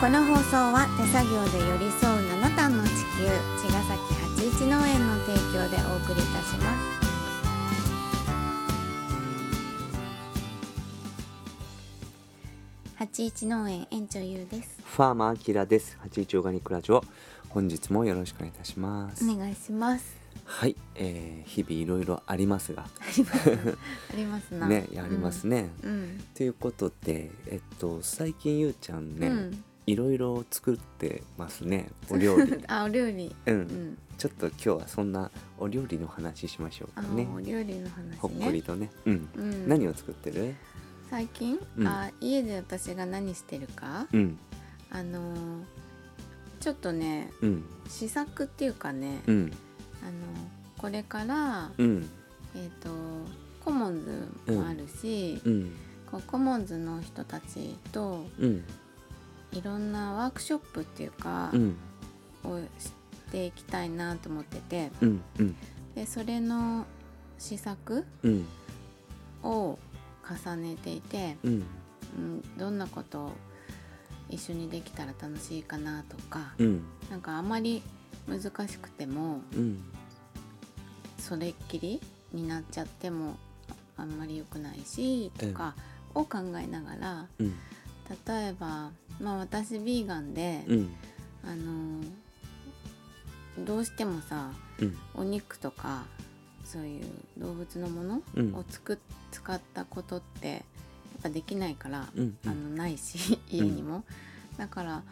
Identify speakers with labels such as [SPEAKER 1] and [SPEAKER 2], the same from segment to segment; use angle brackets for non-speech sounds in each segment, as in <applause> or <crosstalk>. [SPEAKER 1] この放送は手作業で寄り添う七段の地球茅ヶ崎八一農園の提供でお送りいたします八一農園園長ゆうです
[SPEAKER 2] ファーマーアキラです。八一オーガニックラジオ。本日もよろしくお願いいたします。
[SPEAKER 1] お願いします
[SPEAKER 2] はい、えー、日々いろいろありますが、
[SPEAKER 1] ありますありますな
[SPEAKER 2] ね、やりますね。
[SPEAKER 1] うん
[SPEAKER 2] ということで、えっと最近ゆうちゃん
[SPEAKER 1] う
[SPEAKER 2] ね、
[SPEAKER 1] ん
[SPEAKER 2] いろいろ作ってますね。お料
[SPEAKER 1] <laughs>
[SPEAKER 2] 理。
[SPEAKER 1] あお料理
[SPEAKER 2] うん、
[SPEAKER 1] うん
[SPEAKER 2] ちょっと今日はそんなお料理の話しましょう
[SPEAKER 1] あ
[SPEAKER 2] かね。
[SPEAKER 1] お料理の話ね
[SPEAKER 2] ほっこりとね。うん。
[SPEAKER 1] うん
[SPEAKER 2] 何を作ってる？
[SPEAKER 1] 最近、
[SPEAKER 2] うん
[SPEAKER 1] あ家で私が何してるか、
[SPEAKER 2] うん、
[SPEAKER 1] あのーちょっとね
[SPEAKER 2] うん、
[SPEAKER 1] 試作っていうかね、
[SPEAKER 2] うん、
[SPEAKER 1] あのこれから、
[SPEAKER 2] うん、
[SPEAKER 1] えっ、とコモンズもあるし、
[SPEAKER 2] うん、
[SPEAKER 1] こうコモンズの人たちと
[SPEAKER 2] うん、
[SPEAKER 1] いろんなワークショップっていうか、
[SPEAKER 2] うん、
[SPEAKER 1] をしていきたいなと思ってて
[SPEAKER 2] うん、うん、
[SPEAKER 1] でそれの試作
[SPEAKER 2] うん、
[SPEAKER 1] を重ねていて、
[SPEAKER 2] うん、
[SPEAKER 1] うん、どんなことを一緒にできたら楽しいかなとか、
[SPEAKER 2] うん、
[SPEAKER 1] なんかあまり難しくても
[SPEAKER 2] うん。
[SPEAKER 1] それっきりになっちゃってもあんまり良くないしとかを考えながら
[SPEAKER 2] うん
[SPEAKER 1] 例えば、まあ、私ヴィーガンで、
[SPEAKER 2] うん
[SPEAKER 1] あのーどうしてもさ
[SPEAKER 2] うん
[SPEAKER 1] お肉とかそういう動物のもの
[SPEAKER 2] うん
[SPEAKER 1] をつく使ったことってやっぱできないから、
[SPEAKER 2] うん
[SPEAKER 1] あのないし家にも、だから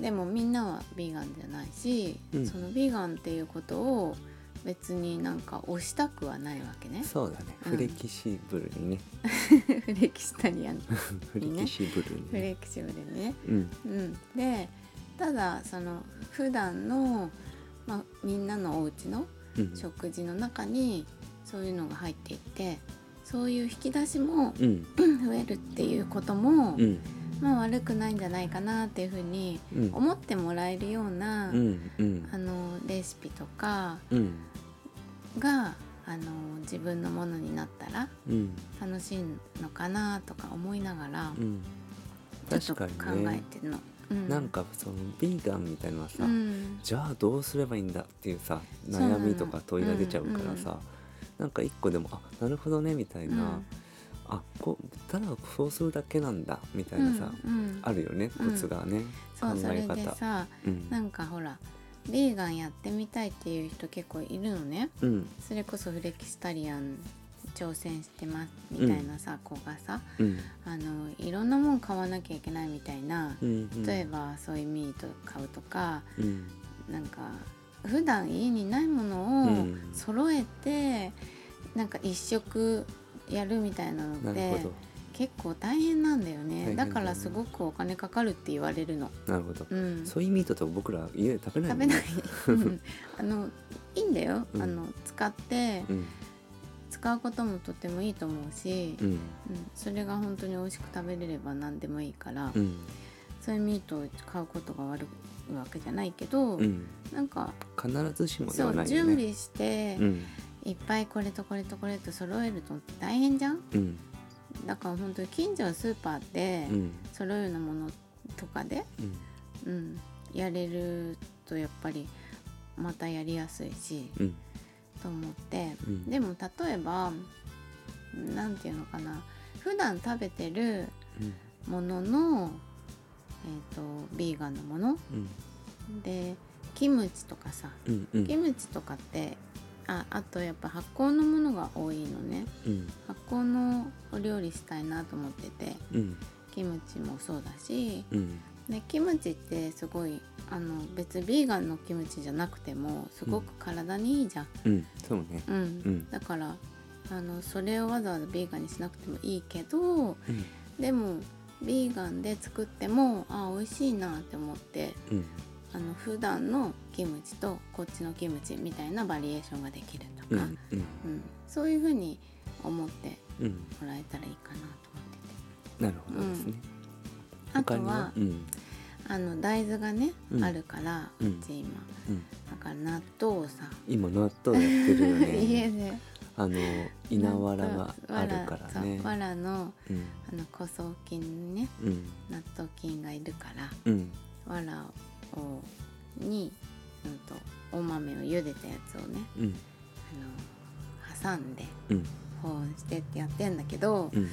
[SPEAKER 1] でもみんなはヴィーガンじゃないし、
[SPEAKER 2] うん
[SPEAKER 1] そのヴィーガンっていうことを別になんか押したくはないわけ
[SPEAKER 2] <laughs>
[SPEAKER 1] ね
[SPEAKER 2] そうだね
[SPEAKER 1] うん
[SPEAKER 2] フレキシブルにね
[SPEAKER 1] フレキシタリアンフ
[SPEAKER 2] フレキシブルにね
[SPEAKER 1] レキシブルにね。
[SPEAKER 2] うん
[SPEAKER 1] うん、でただその普段のまあ、みんなのお家の
[SPEAKER 2] うん
[SPEAKER 1] 食事の中にそういうのが入っていってそういう引き出しも
[SPEAKER 2] うん
[SPEAKER 1] 増えるっていうことも、
[SPEAKER 2] うん
[SPEAKER 1] まあ悪くないんじゃないかなっていうふうに
[SPEAKER 2] うん
[SPEAKER 1] 思ってもらえるような、
[SPEAKER 2] うんうん
[SPEAKER 1] あのレシピとか
[SPEAKER 2] うん
[SPEAKER 1] があの自分のものになったら
[SPEAKER 2] うん
[SPEAKER 1] 楽しいのかなとか思いながら、
[SPEAKER 2] うん
[SPEAKER 1] ちょ
[SPEAKER 2] 確
[SPEAKER 1] っと
[SPEAKER 2] か
[SPEAKER 1] 考
[SPEAKER 2] に
[SPEAKER 1] え
[SPEAKER 2] ね
[SPEAKER 1] てるの。うん、
[SPEAKER 2] なんかそのビーガンみたいなのはさ
[SPEAKER 1] うん、
[SPEAKER 2] じゃあどうすればいいんだっていうさ
[SPEAKER 1] そうなの
[SPEAKER 2] 悩みとか問いが出ちゃうから
[SPEAKER 1] う
[SPEAKER 2] さなんか一個でもあなるほどねみたいなあこうただそうするだけなんだみたいなさ
[SPEAKER 1] うんうん
[SPEAKER 2] あるよねコツがね
[SPEAKER 1] そ
[SPEAKER 2] 考
[SPEAKER 1] うそれ
[SPEAKER 2] え
[SPEAKER 1] で
[SPEAKER 2] 方
[SPEAKER 1] さ
[SPEAKER 2] うん
[SPEAKER 1] なんかほらヴィーガンやってみたいっていう人結構いるのね
[SPEAKER 2] うん
[SPEAKER 1] それこそフレキシタリアン挑戦してますみたいなさ、子がさ
[SPEAKER 2] うん
[SPEAKER 1] あのいろんなもん買わなきゃいけないみたいな
[SPEAKER 2] うんうん
[SPEAKER 1] 例えばそういうミート買うとか
[SPEAKER 2] うん
[SPEAKER 1] なんか普段家にないものを
[SPEAKER 2] うん
[SPEAKER 1] 揃えて、なんか一食やるみたいなの
[SPEAKER 2] な
[SPEAKER 1] っ
[SPEAKER 2] るほ
[SPEAKER 1] て
[SPEAKER 2] ど
[SPEAKER 1] 結構大変なんだよね
[SPEAKER 2] 大変だ
[SPEAKER 1] だ
[SPEAKER 2] ね
[SPEAKER 1] からすごくお金かかるって言われるの。
[SPEAKER 2] なるほど、
[SPEAKER 1] うん、
[SPEAKER 2] ソイミートとか僕ら家で食べない
[SPEAKER 1] 食
[SPEAKER 2] も
[SPEAKER 1] べ
[SPEAKER 2] ん
[SPEAKER 1] ない
[SPEAKER 2] <laughs> ね、
[SPEAKER 1] うんあのいいんだよ、
[SPEAKER 2] うん
[SPEAKER 1] あの使って
[SPEAKER 2] うん
[SPEAKER 1] 使うこともとてもいいと思うし、
[SPEAKER 2] うん
[SPEAKER 1] うんそれが本当に美味しく食べれれば何でもいいから、
[SPEAKER 2] うん
[SPEAKER 1] そういうミートを買うことが悪いわけじゃないけど、
[SPEAKER 2] うん
[SPEAKER 1] なんか
[SPEAKER 2] 必ずしもで
[SPEAKER 1] そ
[SPEAKER 2] は
[SPEAKER 1] う、
[SPEAKER 2] ないよ
[SPEAKER 1] 準
[SPEAKER 2] ね
[SPEAKER 1] 備して、
[SPEAKER 2] うん
[SPEAKER 1] いっぱいこれとこれとこれと揃えるのって大変じゃん
[SPEAKER 2] うん
[SPEAKER 1] だから本当に近所のスーパーで
[SPEAKER 2] うん
[SPEAKER 1] 揃えるようなものとかで、
[SPEAKER 2] うん
[SPEAKER 1] うん、やれるとやっぱりまたやりやすいし
[SPEAKER 2] うん
[SPEAKER 1] と思って。
[SPEAKER 2] うん
[SPEAKER 1] でも例えば何て言うのかな普段食べてる
[SPEAKER 2] うん
[SPEAKER 1] もののえっ、とビーガンのもの
[SPEAKER 2] うん
[SPEAKER 1] でキムチとかさ
[SPEAKER 2] うんうん
[SPEAKER 1] キムチとかってああとやっぱ発酵のものが多いのね
[SPEAKER 2] うん
[SPEAKER 1] 発酵のお料理したいなと思ってて
[SPEAKER 2] うん
[SPEAKER 1] キムチもそうだし
[SPEAKER 2] うん
[SPEAKER 1] でキムチってすごいあの別ビーガンのキムチじゃなくてもすごく体にいいじゃん
[SPEAKER 2] うんそうね
[SPEAKER 1] うん、
[SPEAKER 2] うん
[SPEAKER 1] だからあのそれをわざわざヴィーガンにしなくてもいいけど
[SPEAKER 2] うん
[SPEAKER 1] でもヴィーガンで作ってもあ美味しいなって思って
[SPEAKER 2] うん
[SPEAKER 1] あの普段のキムチとこっちのキムチみたいなバリエーションができると
[SPEAKER 2] う
[SPEAKER 1] か、
[SPEAKER 2] んうん
[SPEAKER 1] うんそういうふうに思って
[SPEAKER 2] うん
[SPEAKER 1] もらえたらいいかなと思ってて
[SPEAKER 2] なるほどですね、
[SPEAKER 1] あと
[SPEAKER 2] 他に
[SPEAKER 1] は
[SPEAKER 2] うん
[SPEAKER 1] あの大豆がね、
[SPEAKER 2] うん
[SPEAKER 1] あるからう
[SPEAKER 2] うん
[SPEAKER 1] ち今
[SPEAKER 2] うん
[SPEAKER 1] だから納豆をさ、
[SPEAKER 2] 今納豆やってるよ
[SPEAKER 1] <laughs>
[SPEAKER 2] ね
[SPEAKER 1] 家で
[SPEAKER 2] あの稲わらがあるか
[SPEAKER 1] なん
[SPEAKER 2] ら
[SPEAKER 1] そう
[SPEAKER 2] ね
[SPEAKER 1] わらの
[SPEAKER 2] うん
[SPEAKER 1] あの枯草菌にね
[SPEAKER 2] うん
[SPEAKER 1] 納豆菌がいるから
[SPEAKER 2] うん
[SPEAKER 1] わらをに、うん、とお豆を茹でたやつをね
[SPEAKER 2] うん
[SPEAKER 1] あの挟んで
[SPEAKER 2] うん
[SPEAKER 1] 保温してってやってんだけど、
[SPEAKER 2] うん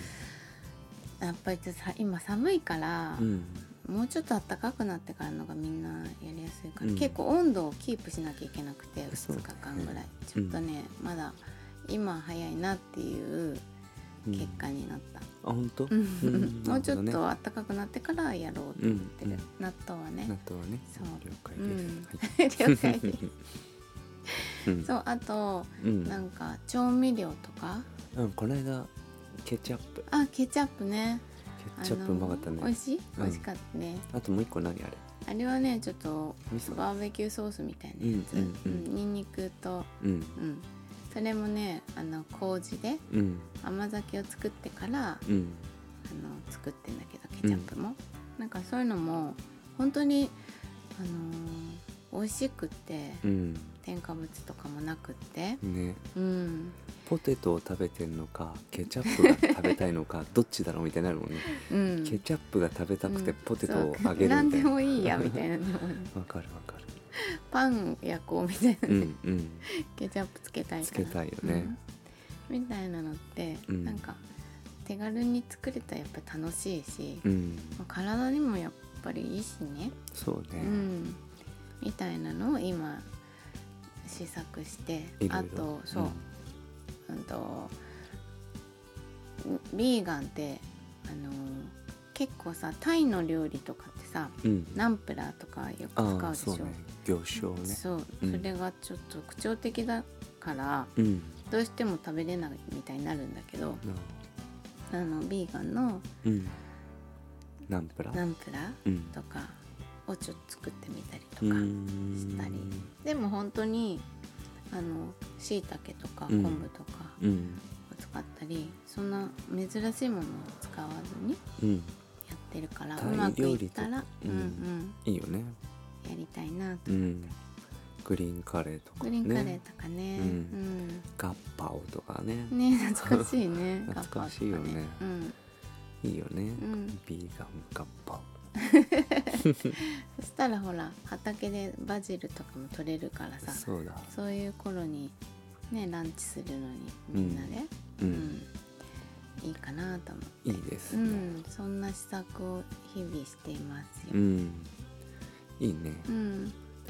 [SPEAKER 1] やっぱりちょっとさ今寒いから、
[SPEAKER 2] うん
[SPEAKER 1] もうちょっと暖かくなってからのがみんなやりやすいから、
[SPEAKER 2] うん
[SPEAKER 1] 結構温度をキープしなきゃいけなくて
[SPEAKER 2] そう
[SPEAKER 1] 2
[SPEAKER 2] ね
[SPEAKER 1] 日間ぐらい、ち
[SPEAKER 2] う
[SPEAKER 1] ょ
[SPEAKER 2] ん
[SPEAKER 1] っとねまだ今早いなっていう
[SPEAKER 2] うん
[SPEAKER 1] 結果になった、
[SPEAKER 2] あ本当
[SPEAKER 1] <laughs> うん
[SPEAKER 2] ん
[SPEAKER 1] もうちょっと
[SPEAKER 2] なるほどね
[SPEAKER 1] 暖かくなってからやろうと思ってる、
[SPEAKER 2] うんうん
[SPEAKER 1] 納豆はね
[SPEAKER 2] 納豆はね
[SPEAKER 1] そう
[SPEAKER 2] 了解です、
[SPEAKER 1] うん <laughs>
[SPEAKER 2] はい
[SPEAKER 1] 了解
[SPEAKER 2] うん
[SPEAKER 1] そうあと
[SPEAKER 2] うん
[SPEAKER 1] なんか調味料とか
[SPEAKER 2] うんこの間ケチャップ
[SPEAKER 1] あケチャップね
[SPEAKER 2] ケチャップうまかった
[SPEAKER 1] あの美
[SPEAKER 2] ね
[SPEAKER 1] 味しい
[SPEAKER 2] う
[SPEAKER 1] 美
[SPEAKER 2] ん
[SPEAKER 1] 味しかったね、
[SPEAKER 2] あともう一個何あれ
[SPEAKER 1] あれはねちょっと
[SPEAKER 2] 味噌
[SPEAKER 1] バーベキューソースみたいなやつ、
[SPEAKER 2] うんうんうん
[SPEAKER 1] にんにくと、
[SPEAKER 2] うん
[SPEAKER 1] うん、それもねあの麹で
[SPEAKER 2] うん
[SPEAKER 1] 甘酒を作ってからあ
[SPEAKER 2] うん
[SPEAKER 1] の作ってんだけどケチャップも、なんかそういうのも本当にあのー美味しくって、
[SPEAKER 2] うん
[SPEAKER 1] 添加物とかもなくって
[SPEAKER 2] ね
[SPEAKER 1] うん
[SPEAKER 2] ポテトを食べてんのかケチャップが食べたいの
[SPEAKER 1] <laughs>
[SPEAKER 2] かどっちだろうみたいになるもんね
[SPEAKER 1] うん
[SPEAKER 2] ケチャップが食べたくて
[SPEAKER 1] うん
[SPEAKER 2] ポテトを
[SPEAKER 1] そう
[SPEAKER 2] あげる
[SPEAKER 1] 何
[SPEAKER 2] みた
[SPEAKER 1] で
[SPEAKER 2] いな
[SPEAKER 1] もいいやみたいな
[SPEAKER 2] わかるわかる
[SPEAKER 1] パン焼こうみたいな、
[SPEAKER 2] うん
[SPEAKER 1] <laughs>
[SPEAKER 2] うん
[SPEAKER 1] ケチャップつけたい
[SPEAKER 2] つ
[SPEAKER 1] から
[SPEAKER 2] けたいよね
[SPEAKER 1] うんみたいなのって、
[SPEAKER 2] うん
[SPEAKER 1] なんか手軽に作れたらやっぱ楽しいし、
[SPEAKER 2] うん
[SPEAKER 1] まあ体にもやっぱりいいしね、
[SPEAKER 2] そう
[SPEAKER 1] う
[SPEAKER 2] ね
[SPEAKER 1] ん、みたいなのを今試作して
[SPEAKER 2] いろいろ
[SPEAKER 1] あとそう、うん、とビーガンってあの結構さタイの料理とかってさ
[SPEAKER 2] うんうん
[SPEAKER 1] ナンプラーとかよく使
[SPEAKER 2] あ
[SPEAKER 1] う
[SPEAKER 2] あ
[SPEAKER 1] でし
[SPEAKER 2] そう
[SPEAKER 1] ょ
[SPEAKER 2] ね魚醤ね
[SPEAKER 1] そう
[SPEAKER 2] うん
[SPEAKER 1] それがちょっと特徴的だから、
[SPEAKER 2] うん
[SPEAKER 1] どうしても食べれないみたいになるんだけど
[SPEAKER 2] な
[SPEAKER 1] あのビーガンの
[SPEAKER 2] うんナンプラ
[SPEAKER 1] ナンプラ
[SPEAKER 2] うん
[SPEAKER 1] ーとかをちょっと作ってみたりと
[SPEAKER 2] う
[SPEAKER 1] か、
[SPEAKER 2] ん
[SPEAKER 1] したりでも本当にあのしいたけとか
[SPEAKER 2] うん
[SPEAKER 1] 昆布とか
[SPEAKER 2] うん
[SPEAKER 1] を使ったり、そんな珍しいものを使わずに
[SPEAKER 2] うん
[SPEAKER 1] やってるからう
[SPEAKER 2] タイ
[SPEAKER 1] まくい
[SPEAKER 2] 料
[SPEAKER 1] っ
[SPEAKER 2] 理とか
[SPEAKER 1] たら、う
[SPEAKER 2] うんん
[SPEAKER 1] うん
[SPEAKER 2] いいよね
[SPEAKER 1] やりたいなと、
[SPEAKER 2] うんグリーンカレーとか
[SPEAKER 1] グ
[SPEAKER 2] ね
[SPEAKER 1] リーンカレーとかね
[SPEAKER 2] うガッパオとかね
[SPEAKER 1] うんね懐かしいね
[SPEAKER 2] <laughs> 懐かしいよね
[SPEAKER 1] ガパオとかうん、
[SPEAKER 2] いいよね
[SPEAKER 1] ん
[SPEAKER 2] ビーガンガッパオ
[SPEAKER 1] そしたらほら畑でバジルとかも取れるからさ
[SPEAKER 2] そうだ
[SPEAKER 1] そういう頃にねランチするのにみんなで、
[SPEAKER 2] う
[SPEAKER 1] うん
[SPEAKER 2] ん
[SPEAKER 1] いいかなと思う、
[SPEAKER 2] いいです
[SPEAKER 1] う
[SPEAKER 2] ね
[SPEAKER 1] ん、そんな試作を日々していますよ、
[SPEAKER 2] う
[SPEAKER 1] うん
[SPEAKER 2] んいいね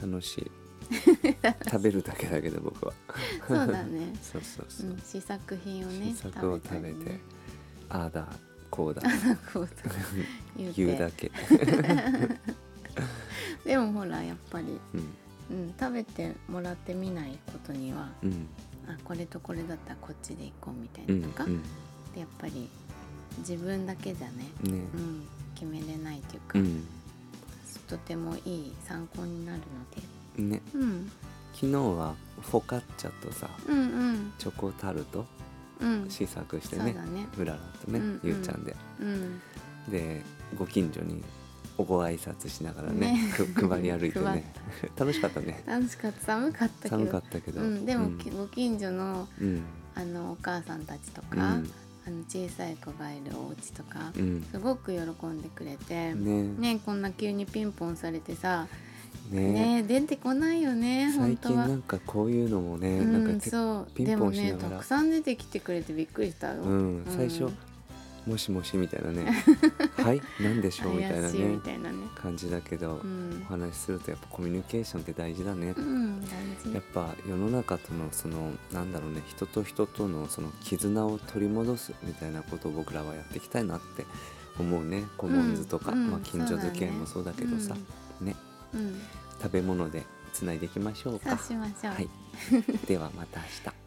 [SPEAKER 2] 楽し
[SPEAKER 1] <laughs>
[SPEAKER 2] い食べるだけだけど僕は
[SPEAKER 1] そうだね、
[SPEAKER 2] そうそう
[SPEAKER 1] う、
[SPEAKER 2] <laughs> そうん
[SPEAKER 1] 試作品をね
[SPEAKER 2] 新作を食べ
[SPEAKER 1] たり
[SPEAKER 2] て
[SPEAKER 1] ね
[SPEAKER 2] ああだこうだ
[SPEAKER 1] こうと言
[SPEAKER 2] <laughs>
[SPEAKER 1] うて
[SPEAKER 2] 言うだけ
[SPEAKER 1] でもほらやっぱり、
[SPEAKER 2] うん
[SPEAKER 1] うん、食べてもらってみないことには
[SPEAKER 2] うん
[SPEAKER 1] あこれとこれだったらこっちで行こうみた
[SPEAKER 2] う
[SPEAKER 1] いなと
[SPEAKER 2] ん
[SPEAKER 1] か、でやっぱり自分だけじゃね、
[SPEAKER 2] うんね
[SPEAKER 1] うん、決めれないという
[SPEAKER 2] う
[SPEAKER 1] か、
[SPEAKER 2] ん
[SPEAKER 1] とてもいい参考になるので、
[SPEAKER 2] ね
[SPEAKER 1] うん、
[SPEAKER 2] 昨日はフォカッチャとさ
[SPEAKER 1] うんうん
[SPEAKER 2] チョコタルト
[SPEAKER 1] うん
[SPEAKER 2] 試作して
[SPEAKER 1] そう
[SPEAKER 2] ね
[SPEAKER 1] だね
[SPEAKER 2] うららとね、
[SPEAKER 1] うんうん
[SPEAKER 2] ゆうちゃんで
[SPEAKER 1] うん
[SPEAKER 2] でご近所におご挨拶しながらね
[SPEAKER 1] ね
[SPEAKER 2] く配り歩いて
[SPEAKER 1] 配っ
[SPEAKER 2] ね <laughs> 楽しかったね
[SPEAKER 1] 楽しかった寒かったけど
[SPEAKER 2] 寒かったけど、
[SPEAKER 1] うん、でも、
[SPEAKER 2] うん
[SPEAKER 1] きご近所の
[SPEAKER 2] うん
[SPEAKER 1] あのお母さんたちとか、
[SPEAKER 2] うん
[SPEAKER 1] あの小さい子がいるお家とか、
[SPEAKER 2] うん
[SPEAKER 1] すごく喜んでくれて、
[SPEAKER 2] ね
[SPEAKER 1] ねこんな急にピンポンされてさ、
[SPEAKER 2] ね
[SPEAKER 1] ね出てこないよね本
[SPEAKER 2] 最
[SPEAKER 1] 当
[SPEAKER 2] 近
[SPEAKER 1] は
[SPEAKER 2] な。んかこういうのもね、
[SPEAKER 1] う
[SPEAKER 2] なん
[SPEAKER 1] ん、
[SPEAKER 2] かて
[SPEAKER 1] そう
[SPEAKER 2] ピ
[SPEAKER 1] で
[SPEAKER 2] ンポ
[SPEAKER 1] も
[SPEAKER 2] ンしなが
[SPEAKER 1] ね
[SPEAKER 2] ら
[SPEAKER 1] たくさん出てきてくれてびっくりしたよ、
[SPEAKER 2] うん、最初、
[SPEAKER 1] うん
[SPEAKER 2] もしもしみたい
[SPEAKER 1] <laughs>
[SPEAKER 2] なねはいなんでしょうみたいな
[SPEAKER 1] 怪しいみ
[SPEAKER 2] ね
[SPEAKER 1] たいなね
[SPEAKER 2] 感じだけど、
[SPEAKER 1] うん
[SPEAKER 2] お、話しするとやっぱコミュニケーションって大事だね、
[SPEAKER 1] うん、大
[SPEAKER 2] や
[SPEAKER 1] 事
[SPEAKER 2] っぱ世の中とのそのなんだろうね人と人とのその絆を取り戻すみたいなことを僕らはやっていきたいなって思うねコモンズとか、
[SPEAKER 1] うん
[SPEAKER 2] まあ、
[SPEAKER 1] うん
[SPEAKER 2] 近所付き合いもそ
[SPEAKER 1] そう
[SPEAKER 2] う
[SPEAKER 1] だ
[SPEAKER 2] だ
[SPEAKER 1] ね
[SPEAKER 2] けどさ、ね
[SPEAKER 1] うん
[SPEAKER 2] 食べ物でつないでいきましょう
[SPEAKER 1] さあ <laughs>
[SPEAKER 2] か。
[SPEAKER 1] しましょう、
[SPEAKER 2] はい、ではまた明日